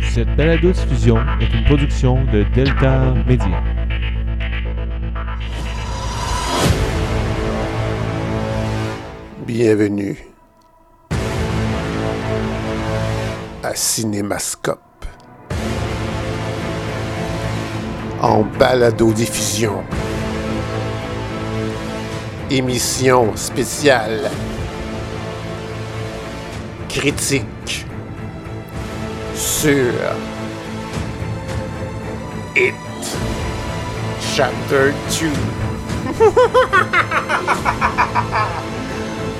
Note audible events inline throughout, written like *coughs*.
Cette balado-diffusion est une production de Delta Media. Bienvenue à Cinémascope. En balado-diffusion. Émission spéciale. Critique. Sur. It. Chapter 2.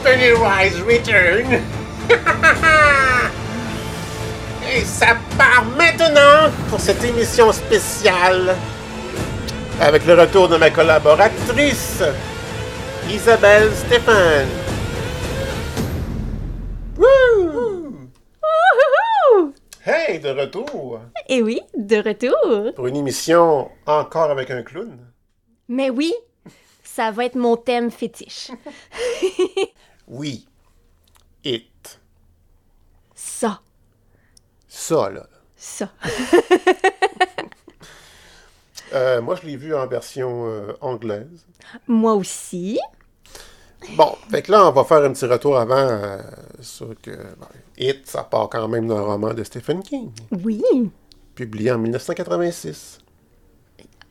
Pennywise Return. *laughs* Et ça part maintenant pour cette émission spéciale. Avec le retour de ma collaboratrice, Isabelle Stéphane. Wouh! Hey, de retour *laughs* Et oui, de retour. pour une émission encore avec un clown. Mais oui, ça va être mon thème fétiche. Oui. It. Ça, Ça, là. ça. Euh, moi, je l'ai vu en version euh, anglaise. Moi aussi. Bon, fait que là, on va faire un petit retour avant euh, sur que bon, It, ça part quand même d'un roman de Stephen King, Oui, publié en 1986.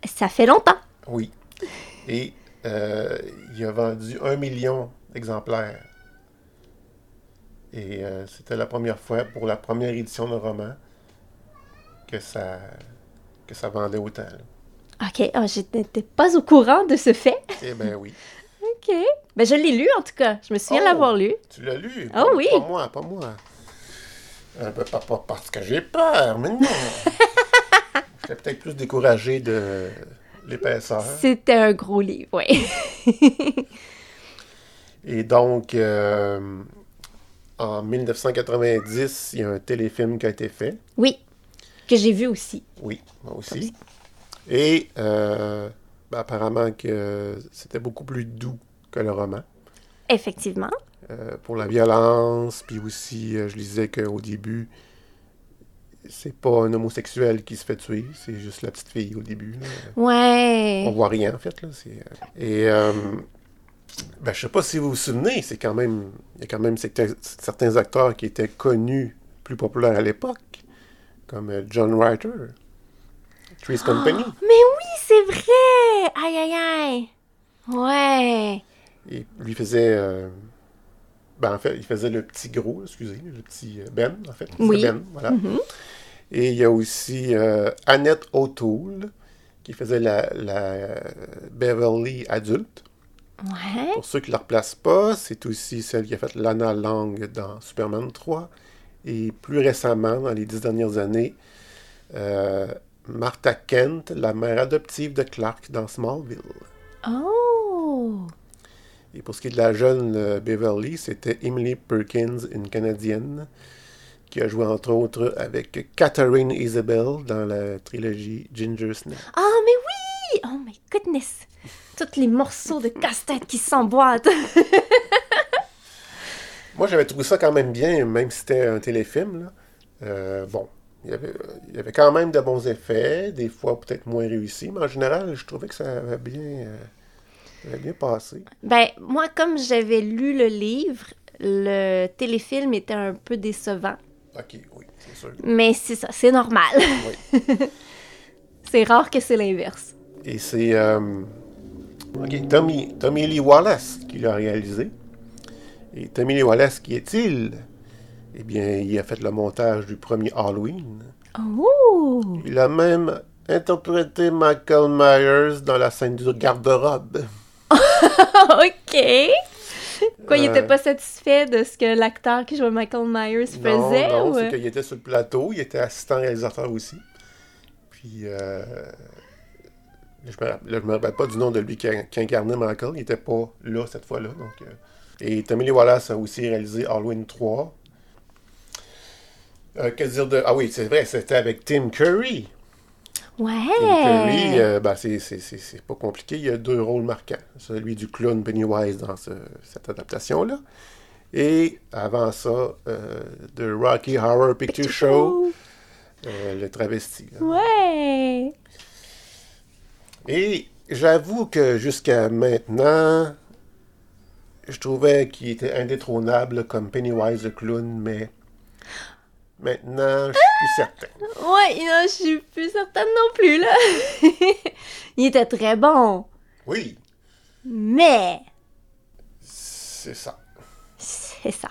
ça fait longtemps. Oui. Et euh, il a vendu un million d'exemplaires. Et euh, c'était la première fois pour la première édition d'un roman que ça, que ça vendait autant. là. OK, ah, je n'étais pas au courant de ce fait. Eh bien oui. OK. Ben, je l'ai lu en tout cas. Je me souviens Oh. l'avoir lu. Tu l'as lu? Ah oui. Pas moi, pas moi. Euh, ben, pas, pas parce que j'ai peur, *laughs* mais non. J'étais peut-être plus découragé de l'épaisseur. C'était un gros livre, oui. Et donc, euh, en 1990, il y a un téléfilm qui a été fait. *laughs* Oui, que j'ai vu aussi. Oui, moi aussi. Et euh, ben, apparemment que c'était beaucoup plus doux que le roman. Effectivement. euh, pour la violence, puis aussi, euh, je lisais qu'au début, c'est pas un homosexuel qui se fait tuer, c'est juste la petite fille au début. là. On Ouais. voit rien, en fait. Là, c'est, euh, Et euh, ben, je sais pas si vous vous souvenez, c'est quand même... Il y a quand même certains, certains acteurs qui étaient connus, plus populaires à l'époque, comme euh, John Writer, Trees Company. Oh, Mais oui, c'est vrai. Aïe, aïe, aïe. Ouais. Et lui faisait... euh, ben, en fait, il faisait le petit gros, excusez, le petit euh, Ben, en fait. C'est Oui. Ben, voilà. Et il y a aussi euh, Annette O'Toole, qui faisait la, la euh, Beverly adulte. Ouais. Pour ceux qui ne la replacent pas, c'est aussi celle qui a fait Lana Lang dans Superman 3. Et plus récemment, dans les dix dernières années, euh, Martha Kent, la mère adoptive de Clark dans Smallville. Oh. Et pour ce qui est de la jeune euh, Beverly, c'était Emily Perkins, une Canadienne, qui a joué entre autres avec Catherine Isabel dans la trilogie Ginger Snap. Ah, mais oui! Oh my goodness! Tous les morceaux de casse-tête qui s'emboîtent! *laughs* Moi, j'avais trouvé ça quand même bien, même si c'était un téléfilm. là. Euh, bon, il y, avait, il y avait quand même de bons effets, des fois peut-être moins réussis, mais en général, je trouvais que ça avait bien, euh, ça avait bien passé. ben, moi, comme j'avais lu le livre, le téléfilm était un peu décevant. Ok, oui, c'est sûr. Mais c'est ça, c'est normal. *laughs* c'est rare que c'est l'inverse. Et c'est euh, ok, Tommy, Tommy Lee Wallace qui l'a réalisé. Et Tommy Lee Wallace, qui est-il? Eh bien, il a fait le montage du premier Halloween. Oh! Il a même interprété Michael Myers dans la scène du garde-robe. *laughs* OK! Quoi, il Euh. était pas satisfait de ce que l'acteur qui jouait Michael Myers faisait? non, ou- c'est qu'il était sur le plateau, il était assistant réalisateur aussi. Puis, euh, je me rappelle, je me rappelle pas du nom de lui qui, qui incarnait Michael, il était pas là cette fois-là. donc, euh. Et Tommy Lee Wallace a aussi réalisé Halloween 3. Euh, que dire de... Ah oui, c'est vrai, c'était avec Tim Curry. Tim Curry, Ouais! euh, ben, c'est- c'est c'est- c'est pas compliqué. Il y a deux rôles marquants. Celui du clown Pennywise dans ce- cette adaptation-là. Et avant ça, euh, de Rocky Horror Picture Show euh, le travesti. là. Ouais! Et j'avoue que jusqu'à maintenant, je trouvais qu'il était indétrônable comme Pennywise le clown, mais maintenant, je suis plus certain. Ouais, non, je suis plus certaine non plus, là. *laughs* il était très bon, Oui, mais c'est ça. c'est ça.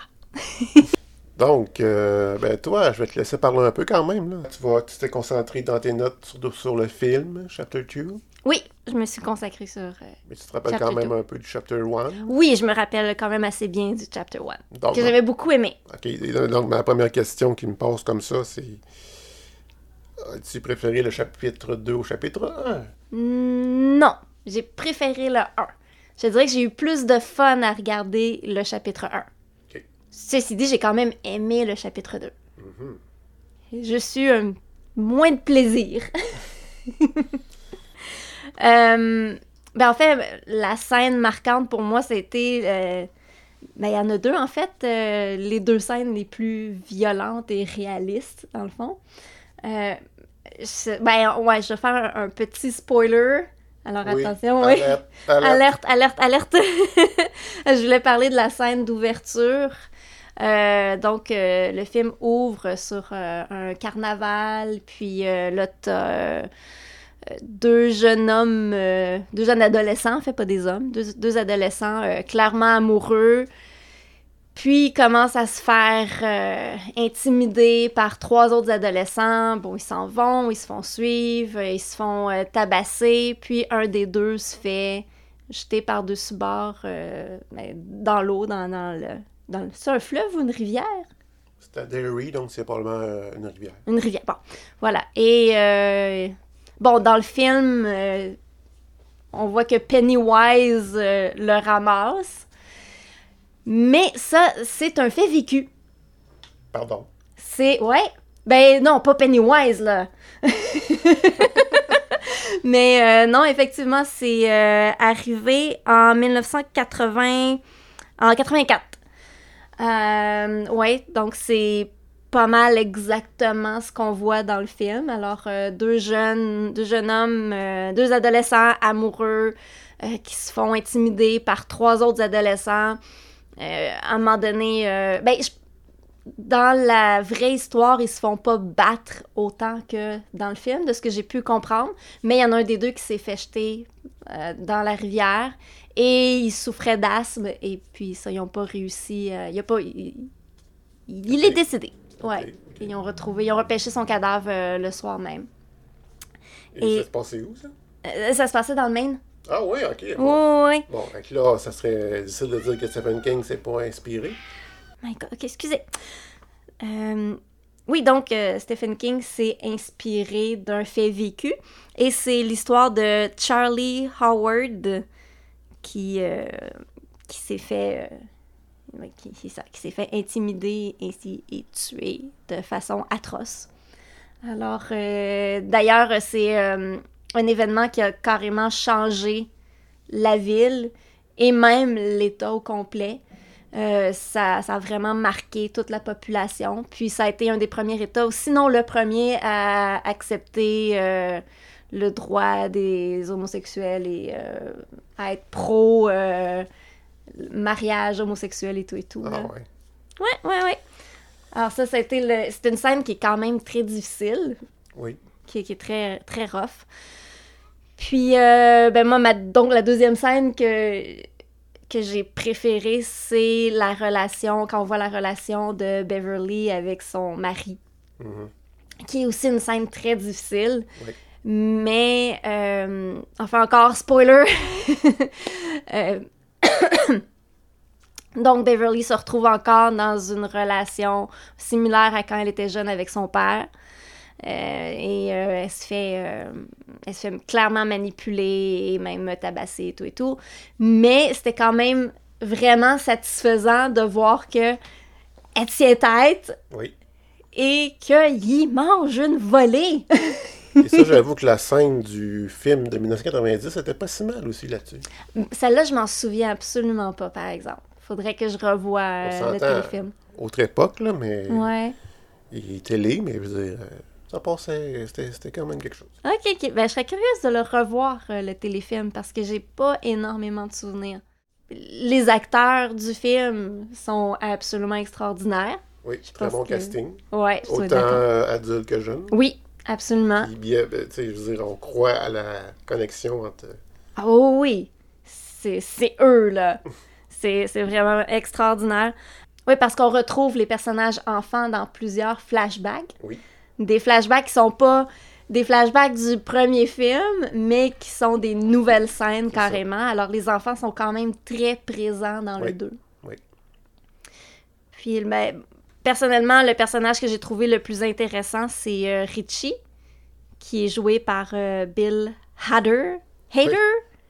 Donc, euh, ben toi, je vais te laisser parler un peu quand même. Là. Tu vas tu t'es concentré dans tes notes sur, sur le film, Chapter 2, Oui, je me suis consacrée sur... euh, mais tu te rappelles Chapter quand même two. un peu du Chapter 1. Oui, je me rappelle quand même assez bien du chapter 1, Donc, que j'avais beaucoup aimé. OK, et donc ma première question qui me passe comme ça, c'est... As-tu préféré le chapitre 2 au chapitre 1? Mm, Non, j'ai préféré le 1. Je dirais que j'ai eu plus de fun à regarder le chapitre 1. Ok. Ceci dit, j'ai quand même aimé le chapitre 2. Mm-hmm. Je suis un... moins de plaisir. *laughs* Euh, ben en fait, la scène marquante pour moi, c'était... euh, ben, il y en a deux, en fait. euh, les deux scènes les plus violentes et réalistes, dans le fond. Euh, je- ben, ouais, je vais faire un, un petit spoiler. Alors, Oui. Ah, ben, attention, oui. Alerte, alerte. Alerte, alerte, alerte. *laughs* je voulais parler de la scène d'ouverture. Euh, donc, euh, le film ouvre sur euh, un carnaval, puis euh, là, t'as euh, deux jeunes hommes, euh, deux jeunes adolescents, en fait pas des hommes, deux, deux adolescents euh, clairement amoureux, puis ils commencent à se faire euh, intimider par trois autres adolescents. Bon, ils s'en vont, ils se font suivre, euh, ils se font euh, tabasser, puis un des deux se fait jeter par-dessus bord euh, ben, dans l'eau, dans, dans le... Dans le- c'est un fleuve ou une rivière? C'est à Derry, donc c'est probablement euh, une rivière. Une rivière. Bon, voilà. Et euh, bon, dans le film, euh, on voit que Pennywise euh, le ramasse. Mais ça, c'est un fait vécu. Pardon. C'est. Ouais. Ben non, pas Pennywise, là. *laughs* Mais euh, non, effectivement, c'est euh, arrivé en 1980. En 84. Euh, ouais, donc c'est pas mal exactement ce qu'on voit dans le film. Alors, euh, deux jeunes, deux jeunes hommes, euh, deux adolescents amoureux euh, qui se font intimider par trois autres adolescents. Euh, à un moment donné, euh, ben, je- dans la vraie histoire, ils se font pas battre autant que dans le film, de ce que j'ai pu comprendre. Mais il y en a un des deux qui s'est fait jeter euh, dans la rivière et il souffrait d'asthme et puis ça, ils n'ont pas réussi. euh, il a pas, il, il est Ok. décédé. Ouais. Ok. Et Ils ont retrouvé, ils ont repêché son cadavre euh, le soir même. Et, Et- ça se passait où, ça? Euh, ça se passait dans le Maine? Ah oui, OK. Oui, Bon, oui, oui. Bon, fait que là, ça serait difficile de dire que Stephen King s'est pas inspiré. My God, ok, excusez. Euh, oui, donc euh, Stephen King s'est inspiré d'un fait vécu et c'est l'histoire de Charlie Howard qui, euh, qui s'est fait. euh, ouais, qui, c'est ça, qui s'est fait intimider ainsi et tuer de façon atroce. Alors, euh, d'ailleurs, c'est euh, un événement qui a carrément changé la ville et même l'État au complet. Euh, ça, ça a vraiment marqué toute la population. Puis ça a été un des premiers États, ou sinon le premier à accepter euh, le droit des homosexuels et euh, à être pro euh, mariage homosexuel et tout et tout. là. Ah ouais. Ouais, ouais, ouais. Alors ça, ça a été le... c'est une scène qui est quand même très difficile, Oui. qui, est- qui est très, très rough. Puis, euh, ben moi, ma- donc la deuxième scène que, que j'ai préférée, c'est la relation, quand on voit la relation de Beverly avec son mari, Mhm. qui est aussi une scène très difficile. Oui. Mais, euh, enfin encore, spoiler. *laughs* Euh, *coughs* Donc, Beverly se retrouve encore dans une relation similaire à quand elle était jeune avec son père. Euh, et euh, elle, se fait, euh, elle se fait clairement manipuler et même tabasser et tout et tout. Mais c'était quand même vraiment satisfaisant de voir que elle tient tête Oui. et qu'il mange une volée. Et ça, j'avoue que la scène du film de 1990, c'était pas si mal aussi là-dessus. *laughs* Celle-là, je m'en souviens absolument pas, par exemple. Faudrait que je revoie euh, On le s'entend. téléfilm. Autre époque, là, mais... Ouais. Il est télé, mais je veux dire... euh, ça passait, c'était c'était quand même quelque chose. Ok, ok. Ben, je serais curieuse de le revoir, euh, le téléfilm, parce que j'ai pas énormément de souvenirs. Les acteurs du film sont absolument extraordinaires. Oui, Je très pense bon que- casting. Ouais, je suis Autant d'accord. euh, adulte que jeune. Oui, absolument. Puis bien, ben, tu sais, je veux dire, on croit à la connexion entre. Ah Oh oui, c'est c'est eux, là. C'est c'est vraiment extraordinaire. Oui, parce qu'on retrouve les personnages enfants dans plusieurs flashbacks. Oui. Des flashbacks qui sont pas des flashbacks du premier film, mais qui sont des nouvelles scènes C'est ça. carrément. Alors les enfants sont quand même très présents dans le Oui. 2. Oui. Puis, ben, personnellement, le personnage que j'ai trouvé le plus intéressant, c'est euh, Richie, qui est joué par euh, Bill Hader. Hader?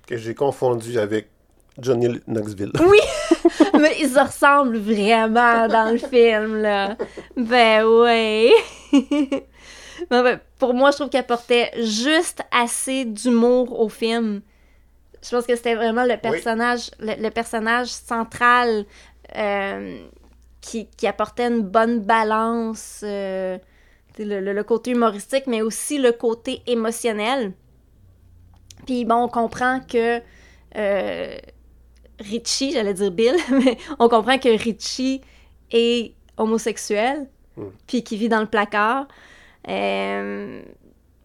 que j'ai confondu avec Johnny Knoxville. *laughs* Mais ils se ressemblent vraiment dans le film, là. Ben ouais. *laughs* Bon, ben, pour moi, je trouve qu'il apportait juste assez d'humour au film. Je pense que c'était vraiment le personnage, le, le personnage central euh, qui, qui apportait une bonne balance. euh, tu sais, le, le- le côté humoristique, mais aussi le côté émotionnel. Puis bon, on comprend que euh, Richie, j'allais dire Bill, *laughs* mais on comprend que Richie est homosexuel, Mm. puis qui vit dans le placard. Euh,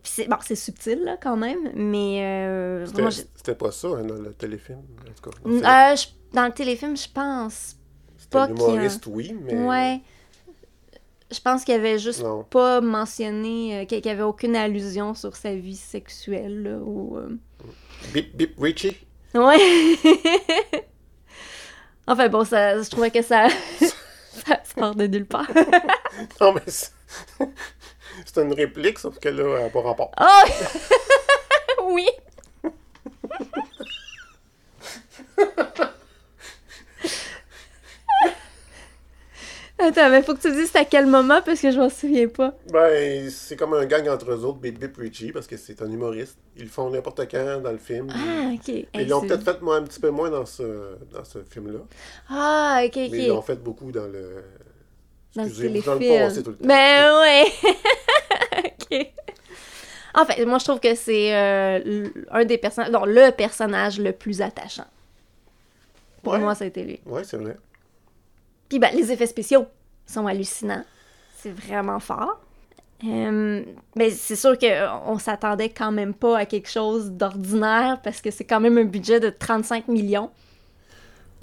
puis c'est, bon, c'est subtil, là, quand même, mais... euh, C'était- moi, j'ai- C'était pas ça, hein, dans le téléfilm. En tout cas, Mm, C'était- euh, je- dans le téléfilm, je pense. c'était pas l'humoriste, oui, mais. euh, Ouais. Je pense qu'il avait juste Non. pas mentionné, euh, qu'il n'y avait aucune allusion sur sa vie sexuelle, là, ou... euh, Bip, bip, Richie. Ouais. *laughs* enfin bon, ça, je trouvais que ça, *laughs* ça sort de nulle part. Non, mais c'est *laughs* c'est une réplique, sauf que là, elle n'a pas rapport. Oh! *laughs* oui! Attends, mais faut que tu me dises à quel moment parce que je m'en souviens pas. Ben, c'est comme un gang entre eux autres, Bip, bip, Richie, parce que c'est un humoriste. Ils le font n'importe quand dans le film. Ah, ok. Hey, Mais ils l'ont c'est- peut-être fait moi, un petit peu moins dans ce, dans ce film-là. Ah, ok, Mais ils l'ont ok. fait beaucoup dans le. Dans le Excusez, dans le passé tout téléfilm. le temps. Ben ouais! *laughs* ok. En fait, moi je trouve que c'est euh, l- un des personnages, non, le personnage le plus attachant. Pour Ouais. moi, ça a été lui. Ouais, c'est vrai. Puis ben, les effets spéciaux sont hallucinants. C'est vraiment fort. Euh, mais c'est sûr qu'on s'attendait quand même pas à quelque chose d'ordinaire parce que c'est quand même un budget de 35 millions.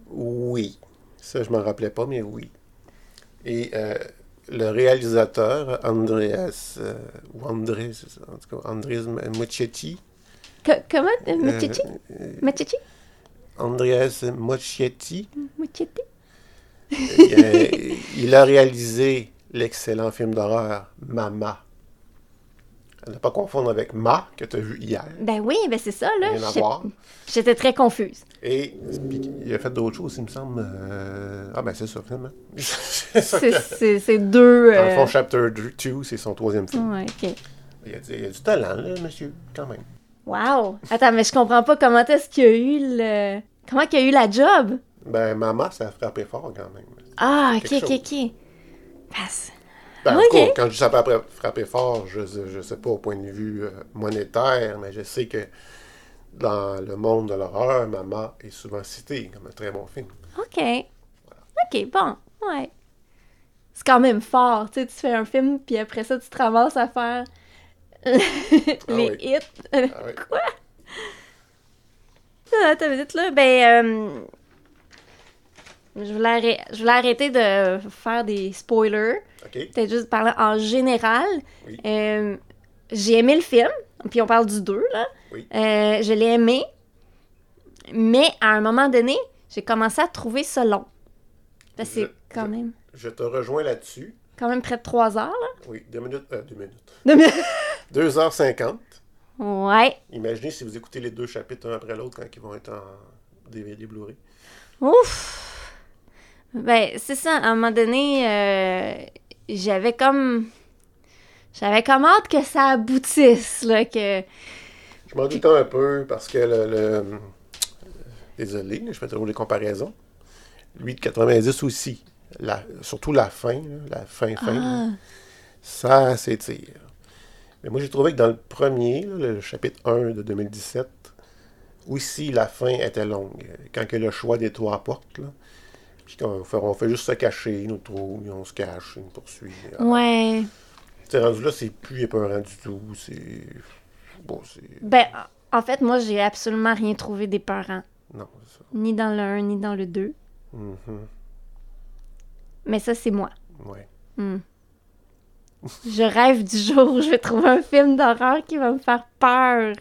Oui. Ça, je m'en rappelais pas, mais oui. Et euh, le réalisateur, Andreas, euh, ou Andrés, c'est ça, en tout cas, Andrés Mucchetti. Co- comment? Euh, euh, Muchichi? Muchichi? Andreas Mucchetti. Muchichi? euh, il a réalisé l'excellent film d'horreur Mama. À Ne pas confondre avec Ma, que tu as vu hier. Ben oui, ben c'est ça, là. Rien à J'ai- voir. J'étais très *laughs* confuse. Et puis, il a fait d'autres choses, il me semble. euh, Ah, ben c'est ça, finalement. c'est *laughs* ça que- C'est- C'est c'est deux... Dans le euh, fond, Chapter 2, c'est son troisième film. ouais, ok. Il y, a, du- il y a du talent, là, monsieur, quand même. Wow! Attends, mais je comprends pas comment est-ce qu'il y a eu le... Comment qu'il y a eu la job? Ben, Mama, ça a frappé fort, quand même. Ah, ok, Quelque ok, ok. Ben, c'est- Ben, en Ok. tout cas, quand je dis ça a frappé- frappé fort, je, je sais pas au point de vue euh, monétaire, mais je sais que dans le monde de l'horreur, Mama est souvent citée comme un très bon film. OK. OK, bon. Ouais. C'est quand même fort, tu sais, tu fais un film, puis après ça, tu te ramasses à faire *laughs* les Ah oui. hits. *laughs* Ah oui. Ah, Attends une minute, là. Ben, euh, je, voulais arrê- je voulais arrêter de faire des spoilers. OK? Peut-être juste parler en général. Oui. Euh, j'ai aimé le film, puis on parle du 2, là. Oui. Euh, je l'ai aimé, mais à un moment donné, j'ai commencé à trouver ça long. Parce que Je- c'est quand je- même, Je te rejoins là-dessus. quand même près de 3 heures, là. Oui, deux minutes. Euh, deux minutes. Non, mais- 2h50. ouais. Imaginez si vous écoutez les deux chapitres un après l'autre quand ils vont être en DVD Blu-ray. Ouf! Ben, c'est ça, à un moment donné, euh, j'avais comme... J'avais comme hâte que ça aboutisse, là, que... Je m'en doutais un peu parce que le. le- Désolé, je fais toujours les comparaisons. Lui de 90 aussi. La- Surtout la fin, là, la fin, fin. là, Ah, Ça s'étire. Mais moi, j'ai trouvé que dans le premier, là, le chapitre 1 de 2017, aussi, la fin était longue. Quand que le choix des trois portes, là, puis qu'on fait, on fait juste se cacher, il nous trouve, on se cache, il nous poursuit. Ah. Ouais. Tu sais, rendu là, c'est plus épeurant du tout. C'est. Bon, c'est. Ben, en fait, moi, j'ai absolument rien trouvé des parents. Non, c'est ça. Ni dans le 1, ni dans le 2. Mhm. Mais ça, c'est moi. Ouais. Hmm. Je rêve du jour où je vais trouver un film d'horreur qui va me faire peur.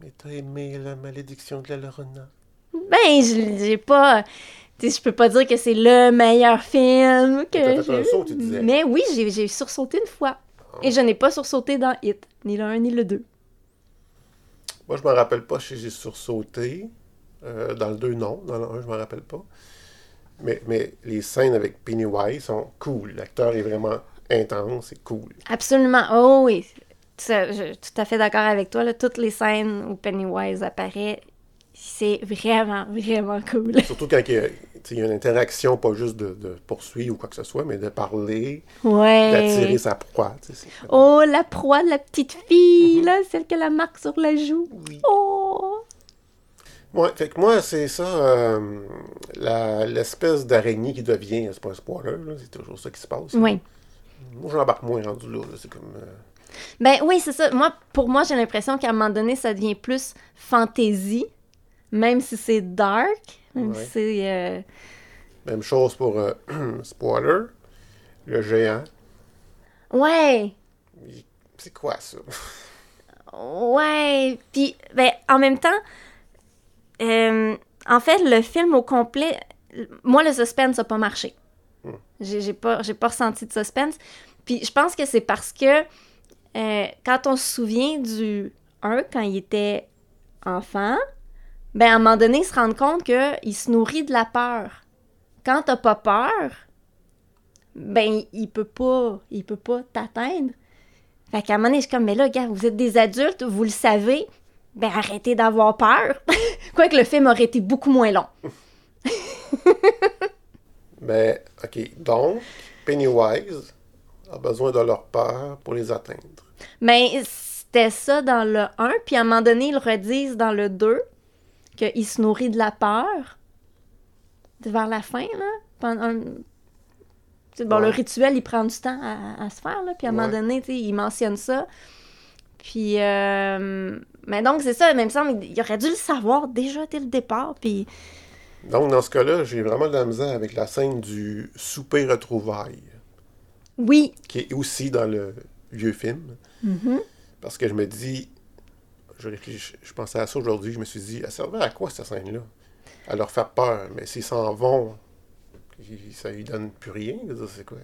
Mais t'as aimé la malédiction de la Lorena. Ben, je l'ai- j'ai pas. Tu sais, je peux pas dire que c'est le meilleur film que T'as fait j'ai un vu. saut, tu disais. Mais oui, j'ai j'ai sursauté une fois. Et je n'ai pas sursauté dans Hit, ni le 1 ni le 2. Moi, je m'en rappelle pas si j'ai sursauté. Euh, dans le 2, non. Dans le 1, je m'en rappelle pas. Mais, mais les scènes avec Pennywise sont cool. L'acteur est vraiment intense et cool. Absolument. Oh oui. Ça, je suis tout à fait d'accord avec toi. Là. Toutes les scènes où Pennywise apparaît, c'est vraiment, vraiment cool. Surtout quand il y a, tu sais, il y a une interaction, pas juste de, de poursuivre ou quoi que ce soit, mais de parler, d'attirer Ouais. sa proie. tu sais, c'est- Oh, la proie de la petite fille, Mm-hmm. là, celle qui a la marque sur la joue. Oh! Ouais, fait que moi, c'est ça, euh, la- l'espèce d'araignée qui devient, c'est pas un spoiler, là, c'est toujours ça qui se passe. Oui. Moi, j'embarque moins rendu là, là, c'est comme... euh, Ben oui, c'est ça. Moi, pour moi, j'ai l'impression qu'à un moment donné, ça devient plus fantaisie, même si c'est dark, même Ouais. si c'est... euh, même chose pour euh, *clears throat* spoiler, le géant. Ouais! Il- C'est quoi ça? Ouais, puis ben, en même temps, euh, en fait, le film au complet, moi, le suspense n'a pas marché. J'ai j'ai pas, j'ai pas ressenti de suspense. Puis je pense que c'est parce que euh, quand on se souvient du 1, quand il était enfant, ben à un moment donné, il se rend compte qu'il se nourrit de la peur. Quand t'as pas peur, ben il peut pas, il peut pas t'atteindre. Fait qu'à un moment donné, je suis comme, mais là, gars, vous êtes des adultes, vous le savez, ben arrêtez d'avoir peur. *laughs* Quoique le film aurait été beaucoup moins long. Mais, Ben, OK, donc, Pennywise a besoin de leur peur pour les atteindre. Mais c'était ça dans le 1, puis à un moment donné, ils le redisent dans le 2, qu'il se nourrit de la peur. De- Vers la fin, là. Pendant un- Tu sais, Bon, le Ouais. rituel, il prend du temps à, à se faire, là. Puis à un moment Ouais. donné, tu sais, il mentionne ça. Puis. euh, Mais donc, c'est ça, même semble, il aurait dû le savoir déjà dès le départ, puis. Donc, dans ce cas-là, j'ai vraiment de la misère avec la scène du souper retrouvailles. Oui, qui est aussi dans le vieux film. Parce que je me dis, je, réfléchis, je pensais à ça aujourd'hui, je me suis dit, elle servait à quoi cette scène-là? À leur faire peur, mais s'ils s'en vont, ils- ça lui donne plus rien. je veux dire, c'est quoi?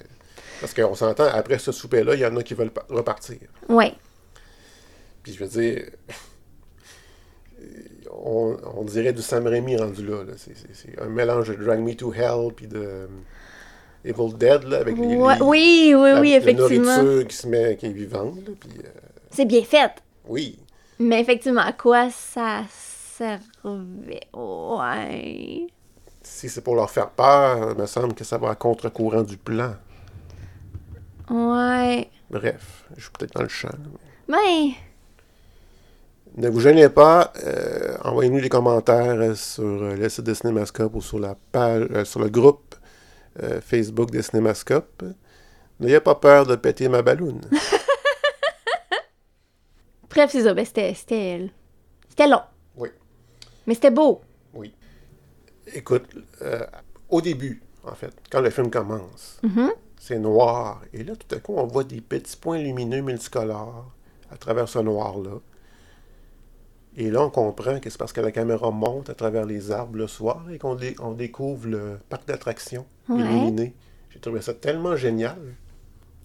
Parce qu'on s'entend, après ce souper-là, il y en a qui veulent pa- repartir. ouais. Puis je veux dire, on, on dirait du Sam Raimi rendu là. là. C'est, c'est- c'est un mélange de Drag Me to Hell puis de euh, Evil Dead là, avec les, les- Ouais, oui, oui, la- oui, la effectivement. nourriture qui se met, qui est vivante, là, puis euh, C'est bien fait. oui. Mais effectivement, à quoi ça servait? Ouais. Si c'est pour leur faire peur, il me semble que ça va à contre-courant du plan. Ouais. Bref, je suis peut-être dans le champ. là, mais- Mais, Ne vous gênez pas, euh, envoyez-nous des commentaires euh, sur euh, le site de Cinémascope ou sur la page, euh, sur le groupe euh, Facebook de Cinémascope. N'ayez pas peur de péter ma balloune. bref, c'est ça. Ben, c'était, c'était, c'était long. Oui. Mais c'était beau. Oui. Écoute, euh, au début, en fait, quand le film commence, c'est noir. Et là, tout à coup, on voit des petits points lumineux multicolores à travers ce noir-là. Et là, on comprend que c'est parce que la caméra monte à travers les arbres le soir et qu'on dé- on découvre le parc d'attractions Ouais. illuminé. J'ai trouvé ça tellement génial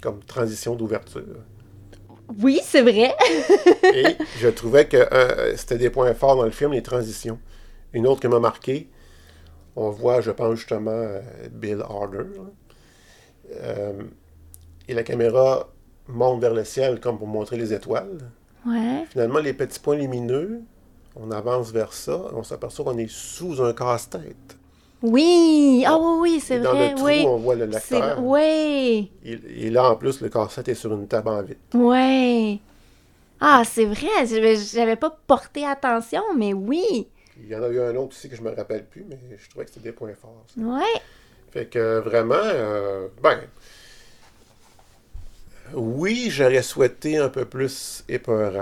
comme transition d'ouverture. Oui, c'est vrai. Et je trouvais que euh, c'était des points forts dans le film, les transitions. Une autre qui m'a marqué, on voit, je pense justement, euh, Bill Harder. là. Euh, et la caméra monte vers le ciel comme pour montrer les étoiles. *laughs* Ouais. Finalement, les petits points lumineux, on avance vers ça, on s'aperçoit qu'on est sous un casse-tête. Oui! Ah oui, oui, c'est Dans vrai. le trou, oui. on voit le C'est- lecteur. Oui! Il- Et, là, en plus, le cassette est sur une table en vitre. Oui! Ah, c'est vrai! J'avais- J'avais pas porté attention, mais oui! Il y en a eu un autre aussi que je me rappelle plus, mais je trouvais que c'était des points forts. ça. Ouais! Fait que euh, vraiment, euh, ben. Oui, j'aurais souhaité un peu plus épeurant,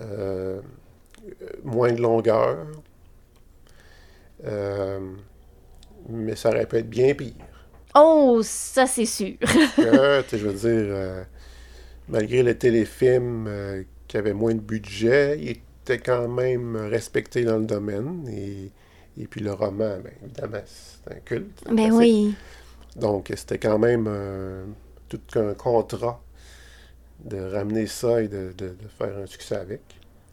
euh, euh, moins de longueur, euh, mais ça aurait pu être bien pire. Oh, ça, c'est sûr! *laughs* que, tu sais, je veux dire, euh, malgré le téléfilm euh, qui avait moins de budget, il était quand même respecté dans le domaine. Et, et puis le roman, ben, évidemment, c'est un culte. c'est un ben classique. oui! Donc, c'était quand même euh, tout qu'un contrat de ramener ça et de, de- de faire un succès avec.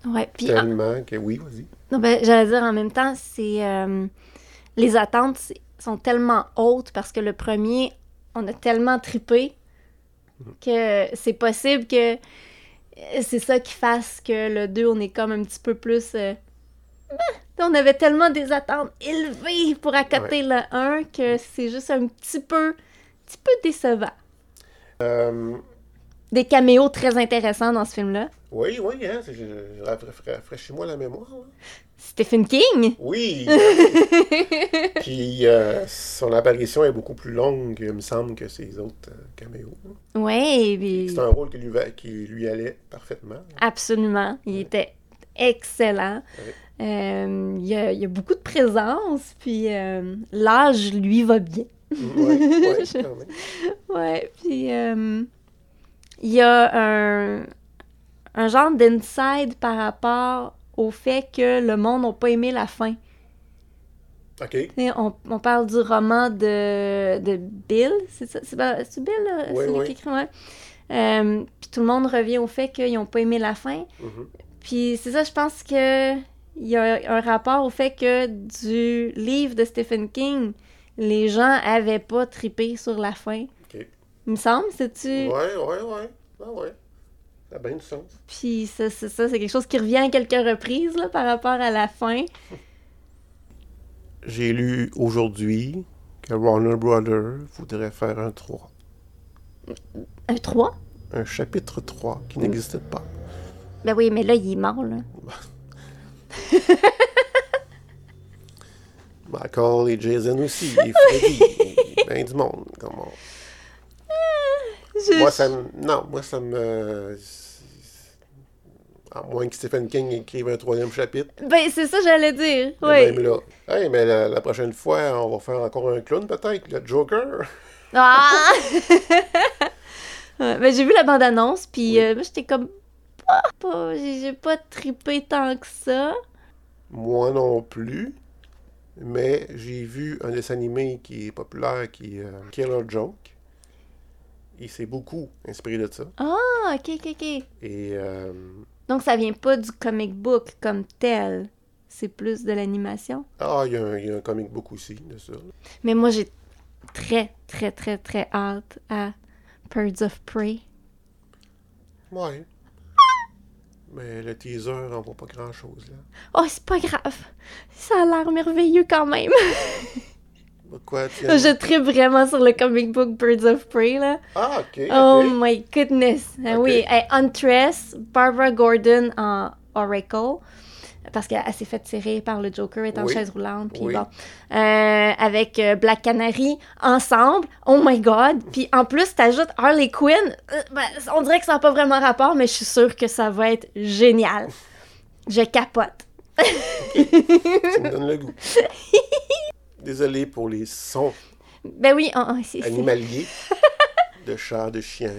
Ouais, puis ah! en- Tellement que, oui, vas-y. Non, ben, j'allais dire en même temps, c'est euh, les attentes c'est- sont tellement hautes parce que le premier, on a tellement tripé que c'est possible que euh, c'est ça qui fasse que le 2, on est comme un petit peu plus. euh, Ben, on avait tellement des attentes élevées pour accoter le 1 que c'est juste un petit peu, petit peu décevant. Euh, Des caméos très intéressants dans ce film-là. oui, oui, hein, je, je, je- rafra- rafraîchis-moi la mémoire. là. Stephen King! Oui! Puis euh, son apparition est beaucoup plus longue, il me semble, que ses autres euh, caméos. ouais, puis- C'est un rôle qui lui, va- qui lui allait parfaitement. Absolument. Il était excellent. Euh, il, y a, il y a beaucoup de présence, puis euh, l'âge, lui, va bien. Mm, ouais, ouais, quand même. Ouais, puis euh, il y a un, un genre d'inside par rapport au fait que le monde n'a pas aimé la fin. OK. Tu sais, On, on parle du roman de, de Bill, c'est ça? C'est pas- c'est Bill, là? Oui, Celui oui. qui écrit, ouais. Euh, puis tout le monde revient au fait qu'ils n'ont pas aimé la fin. Mhm. Puis c'est ça, je pense que il y a un rapport au fait que du livre de Stephen King, les gens avaient pas tripé sur la fin. OK. Il me semble, c'est-tu? Ouais, ouais, ouais. Ah ouais. Ça a bien du sens. Puis ça, c'est ça, c'est quelque chose qui revient à quelques reprises là, par rapport à la fin. J'ai lu aujourd'hui que Warner Brothers voudrait faire un 3. Un 3? Un chapitre 3 qui n'existait pas. Ben oui, mais là, il est mort, là. Michael et Jason aussi, et Freddy, et ben du monde, comme on- Je- Moi, ça me... Non, moi, ça me... À moins que Stephen King écrive un troisième chapitre. Ben c'est ça, j'allais dire. le Oui. Même là. Hey, mais la, la prochaine fois, on va faire encore un clown, peut-être. Le Joker. Ah! *laughs* Ouais, ben, j'ai vu la bande-annonce, puis euh, moi, j'étais comme... Ah, pas- j'ai j'ai pas tripé tant que ça. Moi non plus. Mais j'ai vu un dessin animé qui est populaire, qui est euh, Killer Joke. Il s'est beaucoup inspiré de ça. Ah, ok, ok, ok. Et euh, Donc, ça vient pas du comic book comme tel. C'est plus de l'animation. ah, il y, a un- il y a un comic book aussi de ça. Mais moi, j'ai très, très, très, très hâte à Birds of Prey. Ouais. Mais le teaser on voit pas grand-chose là. Oh, c'est pas grave. Ça a l'air merveilleux quand même. Pourquoi tu aimes- *laughs* Je tripe vraiment sur le comic book Birds of Prey, là. Ah, ok. Oh ok. my goodness. Ah Ok. Oui, eh, Huntress, Barbara Gordon en Oracle. Parce qu'elle elle s'est fait tirer par le Joker, elle est en Oui. chaise roulante, puis Oui. bon. Euh, avec euh, Black Canary, ensemble, oh my god. Puis en plus, t'ajoutes Harley Quinn, Euh, ben, on dirait que ça n'a pas vraiment rapport, mais je suis sûre que ça va être génial. Je capote. Ça me donne le *laughs* goût. Désolé pour les sons Ben oui, on- on- c'est... c'est- *laughs* animaliers de chats, de chiens.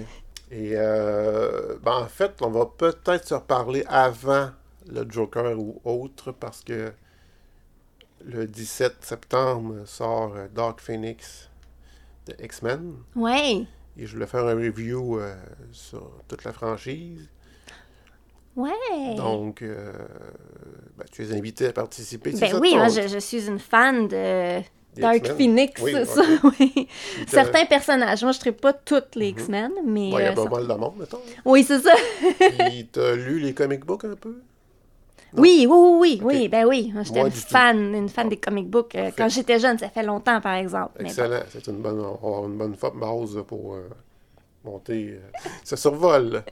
Et euh, ben, en fait, on va peut-être se reparler avant le Joker ou autre parce que le 17 septembre sort euh, Dark Phoenix de X-Men. Ouais, Et je voulais faire un review euh, sur toute la franchise. ouais. Donc, euh, ben, tu es invité à participer. c'est ben ça, oui, ton- moi, je, je suis une fan de des Dark X-Men? Phoenix, Oui, c'est ok. ça, *laughs* oui. Puis, t'as- Certains personnages. Moi, je ne pas toutes les X-Men, mais. Bon, il *laughs* Mhm. y a euh, pas ça- mal de monde, mettons. Oui, c'est ça. Puis t'as lu les comic books un peu? Oui, oui, oui, oui, oui, ben oui. Moi, J'étais Moi, une du tout. Ah. fan, une fan des comic books. euh, quand j'étais jeune, ça fait longtemps, par exemple. mais bon. Excellent. C'est une bonne, on va avoir une bonne fo- base pour euh, monter euh, ce *laughs* survol.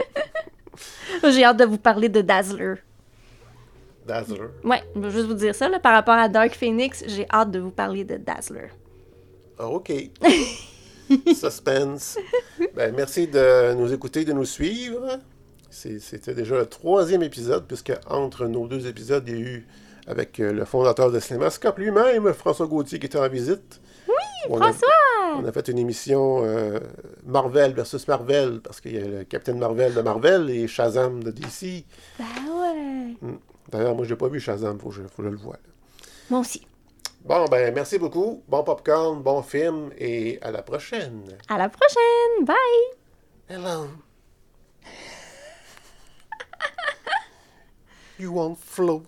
J'ai hâte de vous parler de Dazzler. Dazzler. Ouais, je veux juste vous dire ça, là, par rapport à Dark Phoenix, j'ai hâte de vous parler de Dazzler. Ah, *laughs* OK. Suspense. Ben, merci de nous écouter, de nous suivre. C'est- C'était déjà le troisième épisode, puisque entre nos deux épisodes, il y a eu avec euh, le fondateur de Cinémascope lui-même, François Gauthier, qui était en visite. Oui, François! On a fait une émission euh, Marvel versus Marvel, parce qu'il y a le Captain Marvel de Marvel et Shazam de DC. Ben ouais. D'ailleurs, moi, je n'ai pas vu Shazam, faut que je, faut que je le voie. là. Moi aussi. Bon, ben, merci beaucoup. Bon popcorn, bon film, et à la prochaine. À la prochaine! Bye! Hello. you won't float.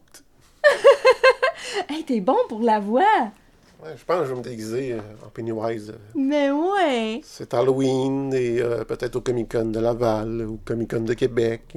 Hey, t'es bon pour la voix! Ouais, je pense que je vais me déguiser euh, en Pennywise. Mais ouais! C'est *laughs* Halloween et euh, peut-être au Comic Con de Laval ou Comic Con de Québec.